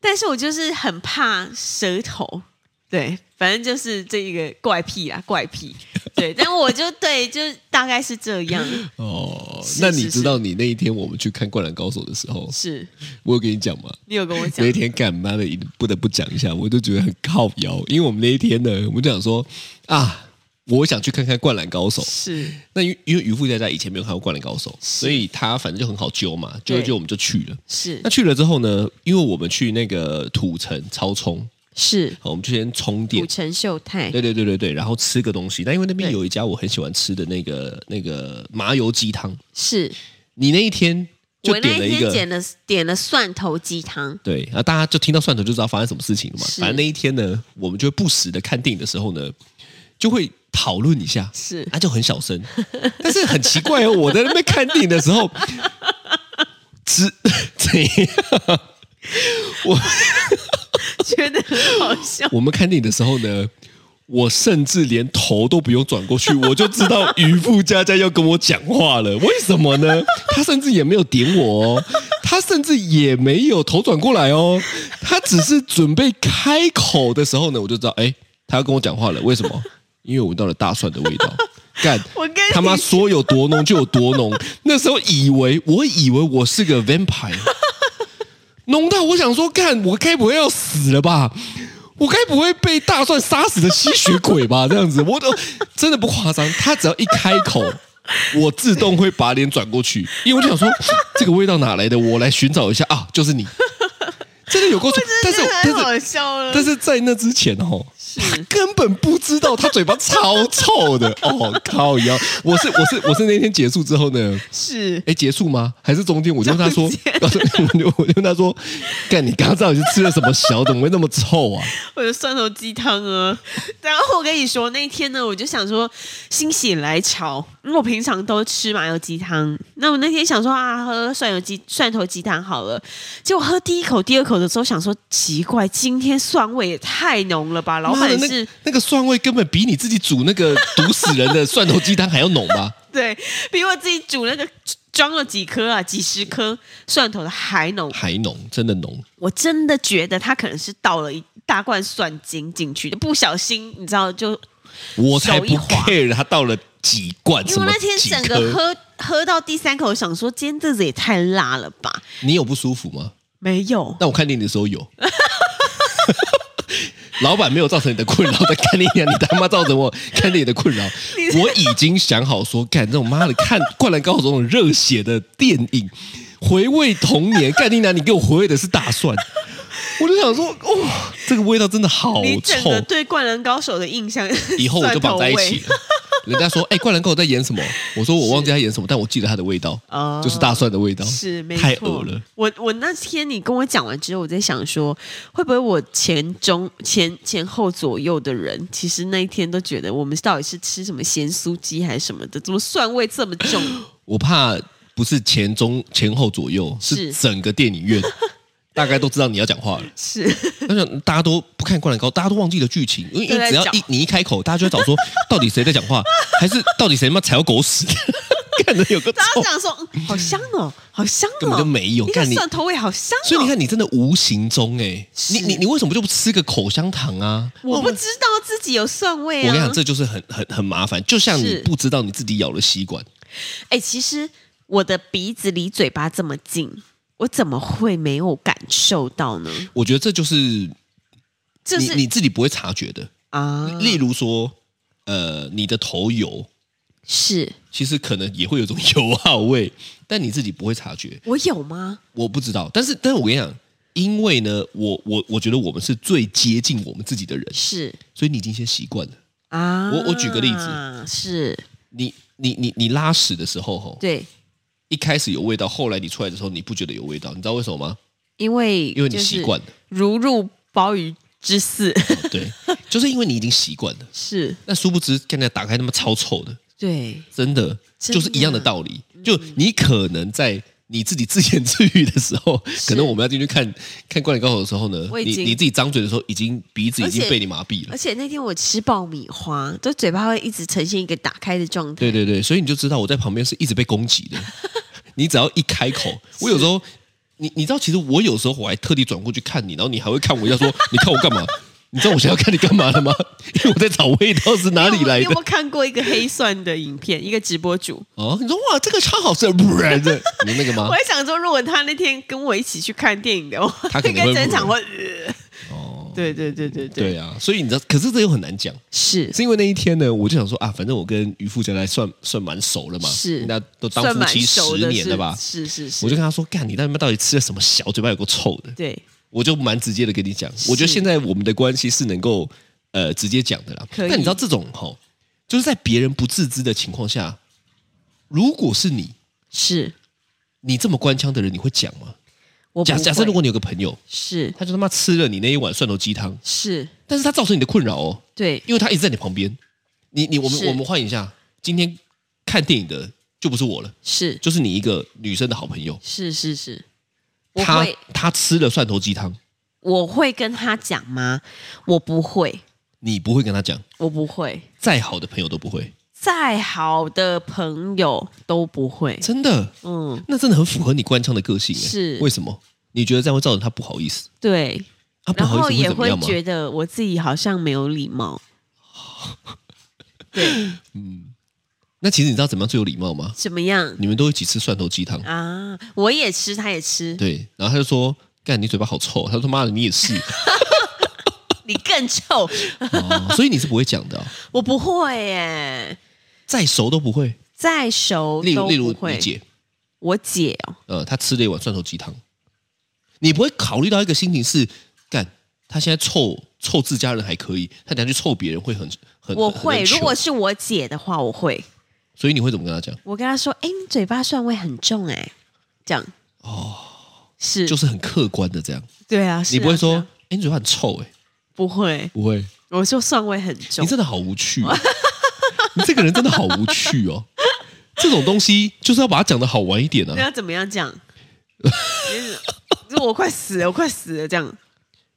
[SPEAKER 2] 但是我就是很怕舌头，对，反正就是这一个怪癖啊，怪癖，对，但我就对，就是大概是这样，
[SPEAKER 3] 哦。
[SPEAKER 2] 是
[SPEAKER 3] 那
[SPEAKER 2] 是
[SPEAKER 3] 你
[SPEAKER 2] 是
[SPEAKER 3] 知道你那一天我们去看《灌篮高手》的时候，
[SPEAKER 2] 是
[SPEAKER 3] 我有跟你讲吗？
[SPEAKER 2] 你有跟我讲
[SPEAKER 3] 那一，天干妈的，不得不讲一下，我就觉得很靠摇，因为我们那一天呢，我们就想说啊，我想去看看《灌篮高手》。
[SPEAKER 2] 是
[SPEAKER 3] 那因为因为渔夫家家以前没有看过《灌篮高手》，所以他反正就很好揪嘛，揪一
[SPEAKER 2] 对
[SPEAKER 3] 揪我们就去了。
[SPEAKER 2] 是
[SPEAKER 3] 那去了之后呢，因为我们去那个土城超充，
[SPEAKER 2] 是
[SPEAKER 3] 好我们就先充电
[SPEAKER 2] 古，城秀太
[SPEAKER 3] 对对对对对，然后吃个东西。但因为那边
[SPEAKER 2] 对
[SPEAKER 3] 有一家我很喜欢吃的那个那个麻油鸡汤，
[SPEAKER 2] 是。
[SPEAKER 3] 你那一天就
[SPEAKER 2] 我那
[SPEAKER 3] 点了
[SPEAKER 2] 一
[SPEAKER 3] 一
[SPEAKER 2] 天
[SPEAKER 3] 个，
[SPEAKER 2] 点了点了蒜头鸡汤，
[SPEAKER 3] 对，然后大家就听到蒜头就知道发生什么事情了嘛。
[SPEAKER 2] 是
[SPEAKER 3] 反正那一天呢，我们就会不时的看电影的时候呢，就会讨论一下，
[SPEAKER 2] 是
[SPEAKER 3] 啊，就很小声，但是很奇怪哦，我在那边看电影的时候，只 怎样？我
[SPEAKER 2] 觉得很好笑。
[SPEAKER 3] 我们看电影的时候呢，我甚至连头都不用转过去，我就知道渔夫佳佳要跟我讲话了。为什么呢？他甚至也没有点我、哦，他甚至也没有头转过来哦，他只是准备开口的时候呢，我就知道，哎，他要跟我讲话了。为什么？因为我闻到了大蒜的味道。干，
[SPEAKER 2] 我跟你
[SPEAKER 3] 他妈说有多浓就有多浓。那时候以为，我以为我是个 vampire。浓到我想说，干，我该不会要死了吧？我该不会被大蒜杀死的吸血鬼吧？这样子，我都真的不夸张。他只要一开口，我自动会把脸转过去，因为我就想说， 这个味道哪来的？我来寻找一下啊，就是你，真的有过错。但是，
[SPEAKER 2] 很
[SPEAKER 3] 但
[SPEAKER 2] 好
[SPEAKER 3] 是，
[SPEAKER 2] 笑了。
[SPEAKER 3] 但是在那之前哦，他根本不知道他嘴巴超臭的哦，靠腰！我是我是我是那天结束之后呢，
[SPEAKER 2] 是
[SPEAKER 3] 哎，结束吗？还是中间？我就问他说
[SPEAKER 2] 中间，
[SPEAKER 3] 我就我就问他说，干，你刚刚到底是吃了什么小？怎么会那么臭啊？
[SPEAKER 2] 我的蒜头鸡汤啊！ 然后我跟你说，那一天呢，我就想说心血来潮，因为我平常都吃麻油鸡汤，那我那天想说啊，喝蒜油鸡蒜头鸡汤好了。结果喝第一口、第二口的时候，想说奇怪，今天蒜味也太浓了吧？老
[SPEAKER 3] 妈
[SPEAKER 2] 板
[SPEAKER 3] 的，
[SPEAKER 2] 是
[SPEAKER 3] 那那个蒜味根本比你自己煮那个毒死人的蒜头鸡汤还要浓吧？
[SPEAKER 2] 对比我自己煮那个装了几颗啊，几十颗蒜头的还浓。
[SPEAKER 3] 还浓，真的浓。
[SPEAKER 2] 我真的觉得他可能是倒了一大罐蒜精进去的，不小心你知道就
[SPEAKER 3] 我才
[SPEAKER 2] 手一
[SPEAKER 3] 不
[SPEAKER 2] 滑
[SPEAKER 3] care 他倒了几罐，
[SPEAKER 2] 因
[SPEAKER 3] 什
[SPEAKER 2] 为我
[SPEAKER 3] 么
[SPEAKER 2] 那天
[SPEAKER 3] 几
[SPEAKER 2] 整个
[SPEAKER 3] 颗。
[SPEAKER 2] 喝喝到第三口，我想说今天这子也太辣了吧？
[SPEAKER 3] 你有不舒服吗？
[SPEAKER 2] 没有，
[SPEAKER 3] 但我看电影的时候有。 老板没有造成你的困扰，但看你娘，你他妈造成我看电影的困扰。我已经想好说，干这种妈的看《灌篮高手》这种热血的电影，回味童年。干你娘，你给我回味的是大蒜。我就想说，哇、这个味道真的好
[SPEAKER 2] 你整
[SPEAKER 3] 臭
[SPEAKER 2] 个。对《灌篮高手》的印象，
[SPEAKER 3] 以后我就绑在一
[SPEAKER 2] 蒜
[SPEAKER 3] 起
[SPEAKER 2] 头味。
[SPEAKER 3] 了。人家说，哎、灌篮高手》在演什么？我说我忘记他演什么，但我记得他的味道，
[SPEAKER 2] 哦
[SPEAKER 3] 就是大蒜的味道，
[SPEAKER 2] 是没错
[SPEAKER 3] 太恶了。
[SPEAKER 2] 我我那天你跟我讲完之后，我在想说，会不会我前中前前后左右的人，其实那一天都觉得我们到底是吃什么咸酥鸡还是什么的，怎么蒜味这么 重？
[SPEAKER 3] 我怕不是前中前后左右，
[SPEAKER 2] 是
[SPEAKER 3] 是整个电影 院大概都知道你要讲话了。
[SPEAKER 2] 是
[SPEAKER 3] 那想大家都不看《灌篮高手》，大家都忘记了剧情，因为因
[SPEAKER 2] 都在
[SPEAKER 3] 为只要
[SPEAKER 2] 找
[SPEAKER 3] 一你一开口，大家就会找说到底谁在讲话， 还是到底谁他妈踩到狗屎， 干的有个
[SPEAKER 2] 大
[SPEAKER 3] 臭
[SPEAKER 2] 家，想说、嗯好香哦，好香哦，
[SPEAKER 3] 根本就没有
[SPEAKER 2] 你
[SPEAKER 3] 干
[SPEAKER 2] 看
[SPEAKER 3] 你
[SPEAKER 2] 蒜头味好香、哦，
[SPEAKER 3] 所以你看，你真的无形中哎、你你你为什么就不吃个口香糖啊？
[SPEAKER 2] 我不知道自己有蒜味啊！
[SPEAKER 3] 我跟你讲，这就是很很很麻烦，就像你
[SPEAKER 2] 是
[SPEAKER 3] 不知道你自己咬了吸管，
[SPEAKER 2] 哎、其实我的鼻子离嘴巴这么近，我怎么会没有感受到呢？
[SPEAKER 3] 我觉得这就是
[SPEAKER 2] 这
[SPEAKER 3] 你
[SPEAKER 2] 是
[SPEAKER 3] 你自己不会察觉的。
[SPEAKER 2] 啊，
[SPEAKER 3] 例如说，呃，你的头油
[SPEAKER 2] 是
[SPEAKER 3] 其实可能也会有种油耗味，但你自己不会察觉。
[SPEAKER 2] 我有吗？
[SPEAKER 3] 我不知道，但是但是我跟你讲，因为呢，我我我觉得我们是最接近我们自己的人，
[SPEAKER 2] 是
[SPEAKER 3] 所以你已经先习惯了。
[SPEAKER 2] 啊，
[SPEAKER 3] 我我举个例子，
[SPEAKER 2] 是
[SPEAKER 3] 你你你你拉屎的时候，吼，
[SPEAKER 2] 对，
[SPEAKER 3] 一开始有味道，后来你出来的时候，你不觉得有味道，你知道为什么吗？
[SPEAKER 2] 因为
[SPEAKER 3] 因为你
[SPEAKER 2] 就是
[SPEAKER 3] 习惯了。
[SPEAKER 2] 如入鲍鱼之肆，
[SPEAKER 3] 对，就是因为你已经习惯了。
[SPEAKER 2] 是
[SPEAKER 3] 那殊不知，刚才打开他妈超臭的，
[SPEAKER 2] 对，
[SPEAKER 3] 真的
[SPEAKER 2] 真的
[SPEAKER 3] 就是一样的道理。就你可能在你自己自言自语的时候，可能我们要进去看看《灌篮高手》的时候呢，
[SPEAKER 2] 我已
[SPEAKER 3] 你
[SPEAKER 2] 经
[SPEAKER 3] 你自己张嘴的时候，已经鼻子已经
[SPEAKER 2] 而且
[SPEAKER 3] 被你麻痹了
[SPEAKER 2] 而。且那天我吃爆米花，就嘴巴会一直呈现一个打开的状态，
[SPEAKER 3] 对对对，所以你就知道我在旁边是一直被攻 击的。你只要一开口，我有时候，你你知道，其实我有时候我还特地转过去看你，然后你还会看我 一下，说你看我干嘛？你知道我想要看你干嘛了吗？因为我在找味道是哪
[SPEAKER 2] 你有
[SPEAKER 3] 里
[SPEAKER 2] 没有
[SPEAKER 3] 来
[SPEAKER 2] 你有
[SPEAKER 3] 的
[SPEAKER 2] 没有看过一个黑蒜的影片？一个直播主，
[SPEAKER 3] 哦，你说哇，这个超好吃，不然的，你那个吗
[SPEAKER 2] 我？还想说，如果他那天跟我一起去看电影的话，
[SPEAKER 3] 他可能
[SPEAKER 2] 应该
[SPEAKER 3] 会
[SPEAKER 2] 整场
[SPEAKER 3] 不
[SPEAKER 2] 会。呃
[SPEAKER 3] 哦，
[SPEAKER 2] 对对对对对，
[SPEAKER 3] 对啊，所以你知道，可是这又很难讲，
[SPEAKER 2] 是
[SPEAKER 3] 是因为那一天呢，我就想说啊，反正我跟渔夫家来算算蛮熟了嘛，
[SPEAKER 2] 是
[SPEAKER 3] 那都当
[SPEAKER 2] 算
[SPEAKER 3] 夫
[SPEAKER 2] 蛮
[SPEAKER 3] 妻
[SPEAKER 2] 熟
[SPEAKER 3] 十
[SPEAKER 2] 的，
[SPEAKER 3] 年
[SPEAKER 2] 是
[SPEAKER 3] 了吧？
[SPEAKER 2] 是是是，
[SPEAKER 3] 我就跟他说，干，你那他妈到底吃了什么小嘴巴有够臭的？
[SPEAKER 2] 对
[SPEAKER 3] 我就蛮直接的跟你讲，我觉得现在我们的关系是能够呃直接讲的啦。
[SPEAKER 2] 可以
[SPEAKER 3] 但你知道这种吼，就是在别人不自知的情况下，如果是你，
[SPEAKER 2] 是。
[SPEAKER 3] 你这么官腔的人，你会讲吗？
[SPEAKER 2] 我
[SPEAKER 3] 假
[SPEAKER 2] 不
[SPEAKER 3] 假设
[SPEAKER 2] 会
[SPEAKER 3] 如果你有个朋友，
[SPEAKER 2] 是
[SPEAKER 3] 他就他妈吃了你那一碗蒜头鸡汤，
[SPEAKER 2] 是，
[SPEAKER 3] 但是他造成你的困扰哦，
[SPEAKER 2] 对
[SPEAKER 3] 因为他一直在你旁边。你你我们
[SPEAKER 2] 是
[SPEAKER 3] 我们换一下，今天看电影的就不是我了，
[SPEAKER 2] 是
[SPEAKER 3] 就是你一个女生的好朋友，
[SPEAKER 2] 是是是，我
[SPEAKER 3] 她
[SPEAKER 2] 会
[SPEAKER 3] 她吃了蒜头鸡汤，
[SPEAKER 2] 我会跟他讲吗？我不会，
[SPEAKER 3] 你不会跟她讲，
[SPEAKER 2] 我不会，
[SPEAKER 3] 再好的朋友都不会，
[SPEAKER 2] 再好的朋友都不会。
[SPEAKER 3] 真的。
[SPEAKER 2] 嗯，
[SPEAKER 3] 那真的很符合你官腔的个性、欸，
[SPEAKER 2] 是
[SPEAKER 3] 为什么？你觉得这样会造成他不好意思？
[SPEAKER 2] 对，
[SPEAKER 3] 他不
[SPEAKER 2] 然
[SPEAKER 3] 好
[SPEAKER 2] 后
[SPEAKER 3] 意思
[SPEAKER 2] 也
[SPEAKER 3] 怎么
[SPEAKER 2] 会
[SPEAKER 3] 样吗？
[SPEAKER 2] 觉得我自己好像没有礼貌。对，
[SPEAKER 3] 那其实你知道怎么样最有礼貌吗？
[SPEAKER 2] 怎么样
[SPEAKER 3] 你们都一起吃蒜头鸡汤，
[SPEAKER 2] 啊？我也吃，他也 吃，
[SPEAKER 3] 对，然后他就说：“干，你嘴巴好臭。”他说：“妈的，你也 是。
[SPEAKER 2] 你更臭，
[SPEAKER 3] 哦”所以你是不会讲的哦、
[SPEAKER 2] 我不会耶，
[SPEAKER 3] 再熟都不会。
[SPEAKER 2] 再熟
[SPEAKER 3] 例如，
[SPEAKER 2] 都
[SPEAKER 3] 例如
[SPEAKER 2] 不会
[SPEAKER 3] 你。姐，
[SPEAKER 2] 我姐哦，
[SPEAKER 3] 呃，她吃了一碗蒜头鸡汤，你不会考虑到一个心情是：干，她现在臭臭自家人还可以，她等下去臭别人会很很
[SPEAKER 2] 我
[SPEAKER 3] 很
[SPEAKER 2] 会，
[SPEAKER 3] 很
[SPEAKER 2] 如果
[SPEAKER 3] 糗
[SPEAKER 2] 是我姐的话，我会。
[SPEAKER 3] 所以你会怎么跟她讲？
[SPEAKER 2] 我跟他说：“哎、你嘴巴蒜味很重哎、这样哦，是，
[SPEAKER 3] 就是很客观的这样，
[SPEAKER 2] 对啊，是啊
[SPEAKER 3] 你不会说
[SPEAKER 2] 是啊：“
[SPEAKER 3] 哎、你嘴巴很臭、哎，
[SPEAKER 2] 不会，
[SPEAKER 3] 不会。
[SPEAKER 2] 我说蒜味很重
[SPEAKER 3] 你，真的好无趣、 哦，你这个人真的好无趣哦。这种东西就是要把它讲的好玩一点
[SPEAKER 2] 那
[SPEAKER 3] 啊。
[SPEAKER 2] 要怎么样 讲？就是就是我快死了，我快死了，这样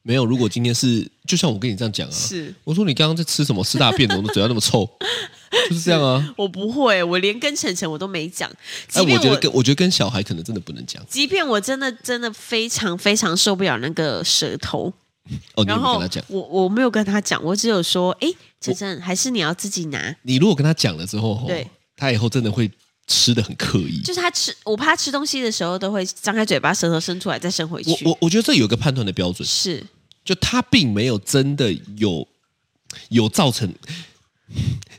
[SPEAKER 3] 没有，如果今天是就像我跟你这样讲啊，
[SPEAKER 2] 是
[SPEAKER 3] 我说你刚刚在吃什么吃大便，怎么嘴巴那么 臭，就是这样啊。
[SPEAKER 2] 我不会，我连跟晨晨我都没讲，
[SPEAKER 3] 哎，
[SPEAKER 2] 即便
[SPEAKER 3] 我觉
[SPEAKER 2] 我。
[SPEAKER 3] 得跟我觉得跟小孩可能真的不能讲
[SPEAKER 2] 即便我真的真的非常非常受不了那个舌头，
[SPEAKER 3] 哦，你有
[SPEAKER 2] 然
[SPEAKER 3] 没有
[SPEAKER 2] 后
[SPEAKER 3] 跟他讲？
[SPEAKER 2] 我我没有跟他讲，我只有说，哎，晨晨，还是你要自己拿，
[SPEAKER 3] 你如果跟他讲了之后，吼
[SPEAKER 2] 对
[SPEAKER 3] 他以后真的会吃的很刻意。
[SPEAKER 2] 就是他吃，我怕他吃东西的时候都会张开嘴巴，舌头伸出来再伸回去。
[SPEAKER 3] 我我我觉得这有一个判断的标准，
[SPEAKER 2] 是
[SPEAKER 3] 就他并没有真的有有造成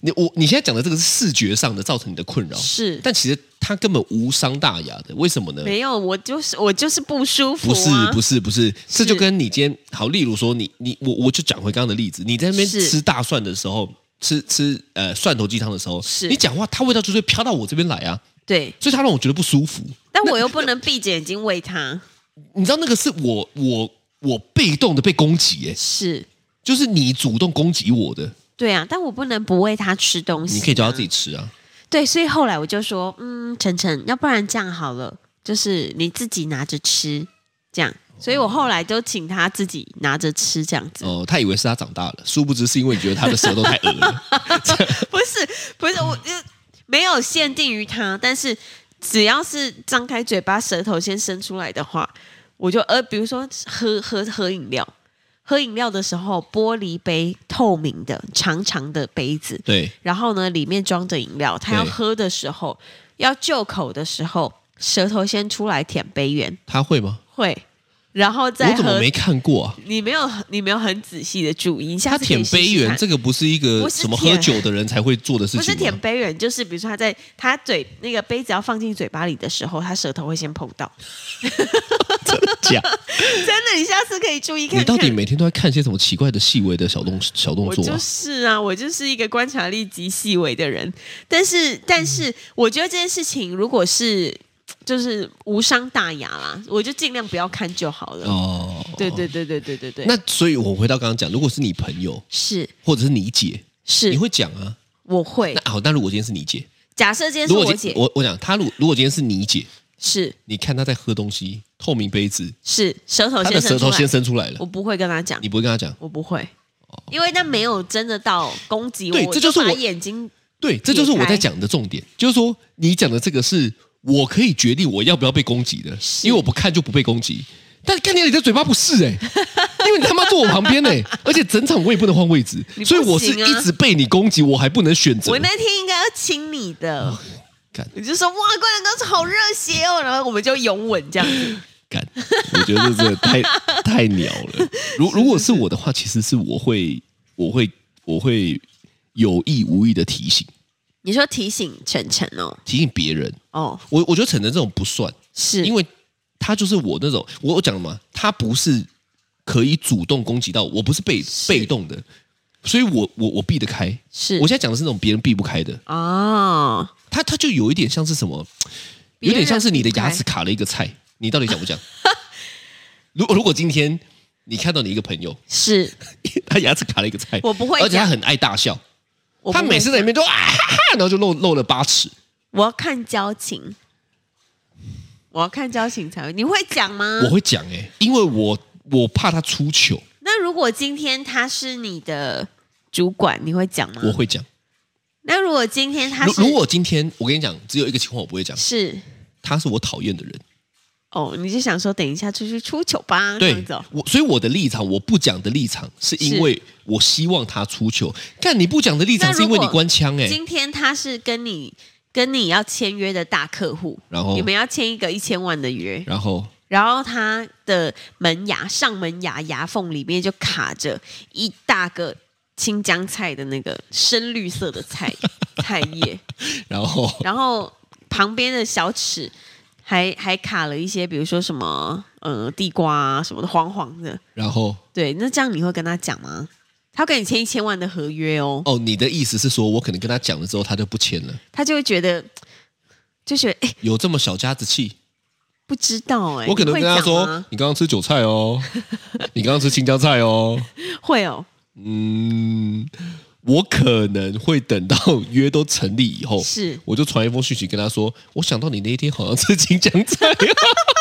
[SPEAKER 3] 你我你现在讲的这个是视觉上的造成你的困扰，
[SPEAKER 2] 是，
[SPEAKER 3] 哦但其实他根本无伤大雅的，为什么呢？
[SPEAKER 2] 没啊有，我就是我就是不舒服、
[SPEAKER 3] 不是
[SPEAKER 2] 啊，
[SPEAKER 3] 不
[SPEAKER 2] 是，
[SPEAKER 3] 是不是，这就跟你今天好，例如说你你我我就讲回刚刚的例子，你在那边
[SPEAKER 2] 是
[SPEAKER 3] 吃大蒜的时候，吃吃呃蒜头鸡汤的时候，
[SPEAKER 2] 是
[SPEAKER 3] 你讲话，它味道就会飘到我这边来啊，
[SPEAKER 2] 对，
[SPEAKER 3] 所以它让我觉得不舒服。
[SPEAKER 2] 但我又不能闭着眼睛喂他，
[SPEAKER 3] 你知道那个是我我我被动的被攻击、欸，
[SPEAKER 2] 是
[SPEAKER 3] 就是你主动攻击我的，
[SPEAKER 2] 对啊，但我不能不喂他吃东西、
[SPEAKER 3] 你可以叫他自
[SPEAKER 2] 己。
[SPEAKER 3] 己吃啊。
[SPEAKER 2] 对，所以后来我就说，嗯，晨晨，要不然这样好了，就是你自己拿着吃，这样。所以我后来都请他自己拿着吃，这样子。
[SPEAKER 3] 哦、他以为是他长大了，殊不知是因为你觉得他的舌头太恶了。
[SPEAKER 2] 不是不是，我就没有限定于他，但是只要是张开嘴巴，舌头先伸出来的话，我就呃，比如说喝喝喝饮料，喝饮料的时候，玻璃杯透明的长长的杯子，
[SPEAKER 3] 对，
[SPEAKER 2] 然后呢里面装着饮料，他要
[SPEAKER 3] 对
[SPEAKER 2] 喝的时候，要就口的时候，舌头先出来舔杯缘，
[SPEAKER 3] 他会吗？
[SPEAKER 2] 会。然后再
[SPEAKER 3] 我怎么
[SPEAKER 2] 和
[SPEAKER 3] 没看过啊？
[SPEAKER 2] 你没有你没有很仔细的注意，你下
[SPEAKER 3] 他
[SPEAKER 2] 次可以
[SPEAKER 3] 舔杯
[SPEAKER 2] 试试
[SPEAKER 3] 缘，
[SPEAKER 2] 看
[SPEAKER 3] 这个不是一个
[SPEAKER 2] 不是
[SPEAKER 3] 什么喝
[SPEAKER 2] 舔
[SPEAKER 3] 酒的人才会做的事情
[SPEAKER 2] 啊不
[SPEAKER 3] 吗，
[SPEAKER 2] 是舔杯缘，就是比如说他在他嘴那个杯子要放进嘴巴里的时候，他舌头会先碰 到。
[SPEAKER 3] 假。
[SPEAKER 2] 真的，你下次可以注意看看。
[SPEAKER 3] 你到底每天都在看些什么奇怪的细微的小动小动
[SPEAKER 2] 我
[SPEAKER 3] 作、
[SPEAKER 2] 就
[SPEAKER 3] 啊？
[SPEAKER 2] 是啊，我就是一个观察力极细微的人。但是，但
[SPEAKER 3] 嗯
[SPEAKER 2] 是，我觉得这件事情如果是就是无伤大雅啦，我就尽量不要看就好了。
[SPEAKER 3] 哦，
[SPEAKER 2] 对对对对对对对，
[SPEAKER 3] 那所以，我回到刚刚讲，如果是你朋友
[SPEAKER 2] 是
[SPEAKER 3] 或者是你姐，
[SPEAKER 2] 是，
[SPEAKER 3] 你会讲啊？
[SPEAKER 2] 我会
[SPEAKER 3] 那好，那如果今天是你姐，
[SPEAKER 2] 假设今天是
[SPEAKER 3] 如果
[SPEAKER 2] 我
[SPEAKER 3] 今
[SPEAKER 2] 姐，
[SPEAKER 3] 我我讲她，如如果今天是你姐，
[SPEAKER 2] 是
[SPEAKER 3] 你看她在喝东西，透明杯子，
[SPEAKER 2] 是舌头
[SPEAKER 3] 她
[SPEAKER 2] 哦先
[SPEAKER 3] 的
[SPEAKER 2] 伸
[SPEAKER 3] 舌
[SPEAKER 2] 出
[SPEAKER 3] 头先
[SPEAKER 2] 来，
[SPEAKER 3] 伸出来了
[SPEAKER 2] 我，不会跟他讲
[SPEAKER 3] 你，不会跟她讲？
[SPEAKER 2] 我不会。因为那没有真的到攻击我，
[SPEAKER 3] 对这就是
[SPEAKER 2] 我
[SPEAKER 3] 我
[SPEAKER 2] 把眼睛
[SPEAKER 3] 对，这就是
[SPEAKER 2] 解
[SPEAKER 3] 我
[SPEAKER 2] 开
[SPEAKER 3] 在讲的重点，就是说你讲的这个是我可以决定我要不要被攻击的，因为我不看就不被攻击。但干你你的嘴巴不是哎、 因为你他妈坐我旁边哎、而且整场我也不能换位置，
[SPEAKER 2] 你不
[SPEAKER 3] 所以我是
[SPEAKER 2] 行啊
[SPEAKER 3] 一直被你攻击，我还不能选择
[SPEAKER 2] 我。那天应该要亲你的，
[SPEAKER 3] 哦干
[SPEAKER 2] 你就说哇，灌篮高手好热血哦，然后我们就拥吻这样子。
[SPEAKER 3] 干，我觉得这真的太 太鸟了。如如果是我的话，其实是我会我会我会有意无意的提醒
[SPEAKER 2] 你说提醒晨晨哦，
[SPEAKER 3] 提醒别人。
[SPEAKER 2] 哦，
[SPEAKER 3] 我我觉得陈晨这种不算，
[SPEAKER 2] 是
[SPEAKER 3] 因为他就是我那种，我我讲了嘛，他不是可以主动攻击到我，我不是被被动的，所以我我我避得开。
[SPEAKER 2] 是
[SPEAKER 3] 我现在讲的是那种别人避不开的，
[SPEAKER 2] 哦，
[SPEAKER 3] 他他就有一点像是什么，有点像是你的牙齿卡了一个菜，你到底讲不讲？如如果今天你看到你一个朋友，
[SPEAKER 2] 是
[SPEAKER 3] 他牙齿卡了一个菜，
[SPEAKER 2] 我不会
[SPEAKER 3] 而且他
[SPEAKER 2] 讲
[SPEAKER 3] 很爱大笑，
[SPEAKER 2] 我不
[SPEAKER 3] 他
[SPEAKER 2] 会
[SPEAKER 3] 每次在里面都啊哈哈，然后就露露了八尺。
[SPEAKER 2] 我要看交情，我要看交情才会。你会讲吗？
[SPEAKER 3] 我会讲哎、因为我我怕他出糗，
[SPEAKER 2] 那如果今天他是你的主管，你会讲吗？
[SPEAKER 3] 我。会讲。
[SPEAKER 2] 那如果今天他
[SPEAKER 3] 如
[SPEAKER 2] 是
[SPEAKER 3] 如果今天我跟你讲，只有一个情况我不会讲，
[SPEAKER 2] 是
[SPEAKER 3] 他是我讨厌的人。
[SPEAKER 2] 哦，你就想说等一下出去出糗吧，这
[SPEAKER 3] 对
[SPEAKER 2] 样子哦，
[SPEAKER 3] 我所以我的立场，我不讲的立场，是因为我希望他出糗。但你不讲的立场，
[SPEAKER 2] 那
[SPEAKER 3] 是
[SPEAKER 2] 如
[SPEAKER 3] 因
[SPEAKER 2] 果
[SPEAKER 3] 为你官腔哎、
[SPEAKER 2] 今天他是跟你跟你要签约的大客户，
[SPEAKER 3] 然后
[SPEAKER 2] 你们要签一个一千万的约，
[SPEAKER 3] 然后
[SPEAKER 2] 然后他的门牙上门牙牙缝里面就卡着一大个青江菜的那个深绿色的菜菜 叶，
[SPEAKER 3] 然后
[SPEAKER 2] 然后旁边的小齿还还卡了一些，比如说什么呃地瓜啊什么的黄黄的，
[SPEAKER 3] 然后
[SPEAKER 2] 对，那这样你会跟他讲吗？他跟你签一千万的合约哦，
[SPEAKER 3] 哦，你的意思是说我可能跟他讲了之后，他就不签了，
[SPEAKER 2] 他就会觉得，就觉得哎、
[SPEAKER 3] 有这么小家子气？
[SPEAKER 2] 不知道哎、
[SPEAKER 3] 我可能
[SPEAKER 2] 你会
[SPEAKER 3] 跟他
[SPEAKER 2] 讲
[SPEAKER 3] 说
[SPEAKER 2] 吗，
[SPEAKER 3] 你刚刚吃韭菜哦， 你刚刚吃青椒菜哦，
[SPEAKER 2] 会哦，
[SPEAKER 3] 嗯，我可能会等到约都成立以后，
[SPEAKER 2] 是
[SPEAKER 3] 我就传一封讯息跟他说，我想到你那一天好像吃金江菜、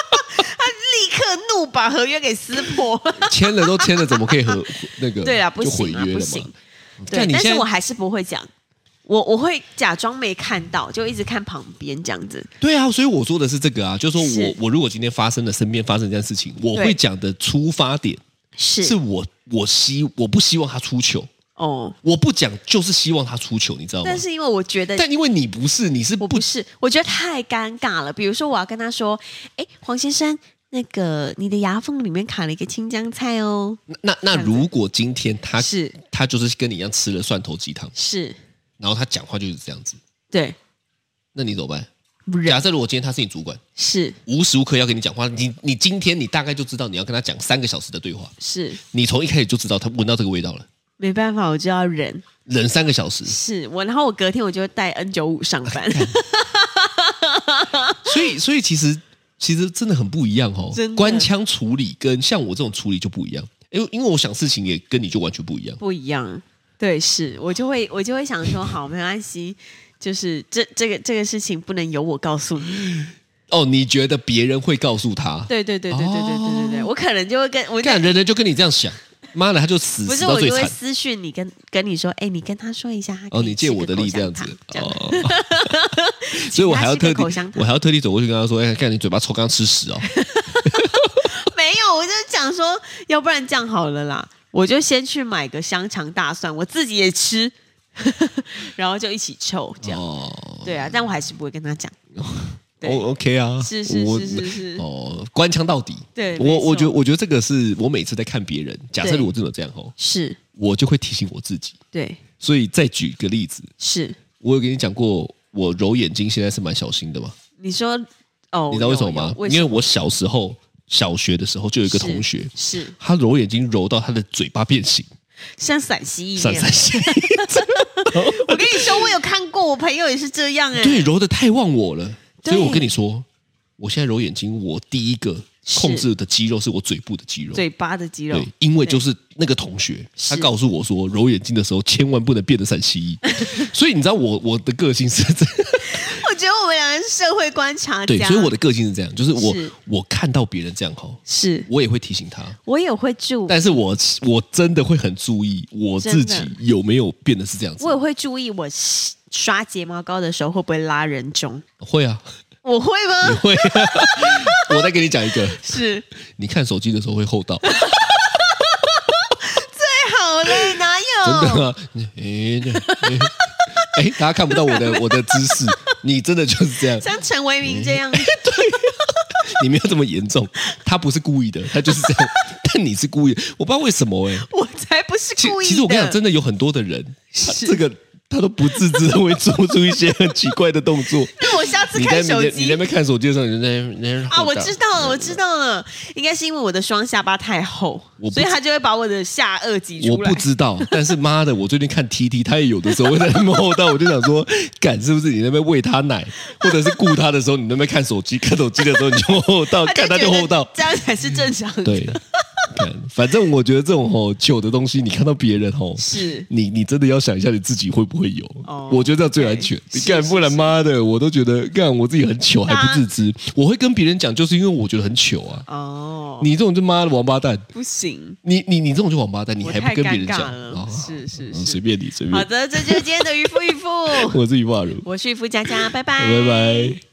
[SPEAKER 2] 立刻怒把合约给撕破。
[SPEAKER 3] 签了都签了，怎么可以和 那个？
[SPEAKER 2] 对啦，不
[SPEAKER 3] 就毁
[SPEAKER 2] 行啊，
[SPEAKER 3] 约
[SPEAKER 2] 不
[SPEAKER 3] 了
[SPEAKER 2] 行
[SPEAKER 3] 嘛。。嗯
[SPEAKER 2] 对，
[SPEAKER 3] 你
[SPEAKER 2] 但是
[SPEAKER 3] 现
[SPEAKER 2] 我
[SPEAKER 3] 在
[SPEAKER 2] 还是不会讲，我我会假装没看到，就一直看旁边这样子。
[SPEAKER 3] 对啊，所以我说的是这个啊，就是说
[SPEAKER 2] 是
[SPEAKER 3] 我我如果今天发生了身边发生这件事情，我
[SPEAKER 2] 对
[SPEAKER 3] 会讲的出发点
[SPEAKER 2] 是
[SPEAKER 3] 是我我希我不希望他出糗，
[SPEAKER 2] 哦，
[SPEAKER 3] 我不讲就是希望他出糗，你知道吗
[SPEAKER 2] 但？是因为我觉得。
[SPEAKER 3] 但因为你不是，你是
[SPEAKER 2] 我
[SPEAKER 3] 不
[SPEAKER 2] 不是，我觉得太尴尬了。比如说，我要跟他说：“哎，黄先生，那个你的牙缝里面卡了一个青江菜哦。
[SPEAKER 3] 那那那如果今天他
[SPEAKER 2] 是
[SPEAKER 3] 他就是跟你一样吃了蒜头鸡汤”，
[SPEAKER 2] 是，
[SPEAKER 3] 然后他讲话就是这样子，
[SPEAKER 2] 对，
[SPEAKER 3] 那你怎么办？假设如果今天他是你主管，
[SPEAKER 2] 是
[SPEAKER 3] 无时无刻要跟你讲话，你你今天你大概就知道你要跟他讲三个小时的对话，
[SPEAKER 2] 是，
[SPEAKER 3] 你从一开始就知道他闻到这个味道了，
[SPEAKER 2] 没办法，我就要忍。
[SPEAKER 3] 忍三个小时，
[SPEAKER 2] 是我，然后我隔天我就会带 N 九五上 班，
[SPEAKER 3] 所以所以其实其实真的很不一样哦
[SPEAKER 2] 真的，
[SPEAKER 3] 官腔处理跟像我这种处理就不一样，因为因为我想事情也跟你就完全不一样，
[SPEAKER 2] 不一样。对，是我就会我就会想 说，好，没关系，就是这这个这个事情不能由我告诉你。
[SPEAKER 3] 哦，你觉得别人会告诉他，
[SPEAKER 2] 对对对对对对对对对，我可能就会跟我就
[SPEAKER 3] 干人人就跟你这样想，妈的他就死
[SPEAKER 2] 不
[SPEAKER 3] 死
[SPEAKER 2] 是
[SPEAKER 3] 到
[SPEAKER 2] 我
[SPEAKER 3] 最
[SPEAKER 2] 就会
[SPEAKER 3] 惨。
[SPEAKER 2] 私讯你跟跟你说，哎，你跟他说一下，他可
[SPEAKER 3] 哦，
[SPEAKER 2] 以
[SPEAKER 3] 你借
[SPEAKER 2] 吃个
[SPEAKER 3] 我的力
[SPEAKER 2] 口
[SPEAKER 3] 这
[SPEAKER 2] 香
[SPEAKER 3] 样子
[SPEAKER 2] 糖这样
[SPEAKER 3] 哦，所以我还要特
[SPEAKER 2] 请他吃个
[SPEAKER 3] 地
[SPEAKER 2] 口香，糖
[SPEAKER 3] 我还要特地走过去跟他说：“哎，看你嘴巴臭，刚刚吃屎哦。
[SPEAKER 2] 没有，我就讲说，要不然这样好了啦，我就先去买个香肠大蒜，我自己也吃， 然后就一起臭这”样。
[SPEAKER 3] 哦，
[SPEAKER 2] 对啊，但我还是不会跟他讲。对
[SPEAKER 3] 哦 OK 啊，
[SPEAKER 2] 是是
[SPEAKER 3] 我
[SPEAKER 2] 是是是
[SPEAKER 3] 哦，官腔到底。
[SPEAKER 2] 对没
[SPEAKER 3] 我
[SPEAKER 2] 错
[SPEAKER 3] 我觉得我觉得这个是我每次在看别人，假设
[SPEAKER 2] 对
[SPEAKER 3] 我真的有这样吼，
[SPEAKER 2] 是，
[SPEAKER 3] 我就会提醒我自己。
[SPEAKER 2] 对，
[SPEAKER 3] 所以再举个例子，
[SPEAKER 2] 是。
[SPEAKER 3] 我有跟你讲过，我揉眼睛现在是蛮小心的嘛，
[SPEAKER 2] 你说哦，
[SPEAKER 3] 你知道为什么
[SPEAKER 2] 有
[SPEAKER 3] 吗
[SPEAKER 2] 有？为
[SPEAKER 3] 因为
[SPEAKER 2] 什么
[SPEAKER 3] 我小时候小学的时候就有一个同学，
[SPEAKER 2] 是是
[SPEAKER 3] 他揉眼睛揉到他的嘴巴变形，
[SPEAKER 2] 像陕西一
[SPEAKER 3] 闪
[SPEAKER 2] 样
[SPEAKER 3] 闪。现。
[SPEAKER 2] 我跟你说，我有看过，我朋友也是这样哎、
[SPEAKER 3] 对，揉的太忘我了。
[SPEAKER 2] 对
[SPEAKER 3] 所以我跟你说，我现在揉眼睛，我第一个
[SPEAKER 2] 是
[SPEAKER 3] 控制的肌肉是我嘴部的肌肉。
[SPEAKER 2] 嘴巴的肌肉
[SPEAKER 3] 对，因为就是那个同学，
[SPEAKER 2] 是
[SPEAKER 3] 他告诉我说，揉眼睛的时候千万不能变得陕西裔。 所以你知道我我的个性是这样，
[SPEAKER 2] 我觉得我们两个是社会观察家，
[SPEAKER 3] 对，所以我的个性是这样，就是我
[SPEAKER 2] 是
[SPEAKER 3] 我看到别人这样吼，
[SPEAKER 2] 是
[SPEAKER 3] 我也会提醒他，
[SPEAKER 2] 我也会注，
[SPEAKER 3] 但是我我真的会很注意我自己
[SPEAKER 2] 真的
[SPEAKER 3] 有没有变得是这样子
[SPEAKER 2] 我。也会注意我刷睫毛膏的时候会不会拉人中，
[SPEAKER 3] 会啊，
[SPEAKER 2] 我会
[SPEAKER 3] 你
[SPEAKER 2] 吗？
[SPEAKER 3] 会、啊。 我再给你讲一个，
[SPEAKER 2] 是
[SPEAKER 3] 你看手机的时候会后
[SPEAKER 2] 哦
[SPEAKER 3] 倒。
[SPEAKER 2] 太哎好了，哪
[SPEAKER 3] 真的啊哎
[SPEAKER 2] 有？
[SPEAKER 3] 吗？诶那诶诶哎大家看不到 我的我的姿势，你真的就是这样，
[SPEAKER 2] 像陈为民这样，
[SPEAKER 3] 哎你没有这么严重，他不是故意的，他就是 这样，但你是故意的，我不知道为什么哎、
[SPEAKER 2] 我才不是
[SPEAKER 3] 其
[SPEAKER 2] 故意的。
[SPEAKER 3] 其实我跟你讲，真的有很多的人，他这个他都不自知的会做出一些很奇怪的动 作。
[SPEAKER 2] 因为我下次
[SPEAKER 3] 你在
[SPEAKER 2] 看
[SPEAKER 3] 你
[SPEAKER 2] 手
[SPEAKER 3] 在你
[SPEAKER 2] 机
[SPEAKER 3] 在那边看手机的时候，你就在那边在那边
[SPEAKER 2] 啊，
[SPEAKER 3] 后
[SPEAKER 2] 我
[SPEAKER 3] 倒
[SPEAKER 2] 知道了，我知道了，应该是因为我的双下巴太厚
[SPEAKER 3] 我，不
[SPEAKER 2] 所以他就会把我的下颚挤出
[SPEAKER 3] 我
[SPEAKER 2] 来。
[SPEAKER 3] 不知道，但是妈的，我最近看 T T，他也有的时候会在那边后到，我就想说，敢是不是你那边喂他奶，或者是顾他的时候，你那边看手机，看手机的时候你就后到，看他
[SPEAKER 2] 觉
[SPEAKER 3] 就
[SPEAKER 2] 得
[SPEAKER 3] 后到，
[SPEAKER 2] 这样才是正常的。
[SPEAKER 3] 对，看，反正我觉得这种吼糗的东西，你看到别人吼。
[SPEAKER 2] 是
[SPEAKER 3] 你你真的要想一下你自己会不会有？
[SPEAKER 2] 哦
[SPEAKER 3] 我觉得这样最安全。
[SPEAKER 2] 对
[SPEAKER 3] 你
[SPEAKER 2] 是
[SPEAKER 3] 干，
[SPEAKER 2] 是
[SPEAKER 3] 不然妈的，我都觉得干我自己很糗还不自知。我会跟别人讲，就是因为我觉得很糗啊。
[SPEAKER 2] 哦，
[SPEAKER 3] 你这种就妈的王八蛋，
[SPEAKER 2] 不行，
[SPEAKER 3] 你你你这种就王八蛋，你
[SPEAKER 2] 我
[SPEAKER 3] 还
[SPEAKER 2] 太
[SPEAKER 3] 不跟别
[SPEAKER 2] 尴
[SPEAKER 3] 人
[SPEAKER 2] 尬
[SPEAKER 3] 讲？
[SPEAKER 2] 了。
[SPEAKER 3] 哦
[SPEAKER 2] 是是
[SPEAKER 3] 嗯随
[SPEAKER 2] 是，
[SPEAKER 3] 便你，随便
[SPEAKER 2] 好
[SPEAKER 3] 你。
[SPEAKER 2] 的，这就是今天的渔夫渔夫，
[SPEAKER 3] 我是于化如，
[SPEAKER 2] 我是渔夫佳佳，拜
[SPEAKER 3] 拜拜。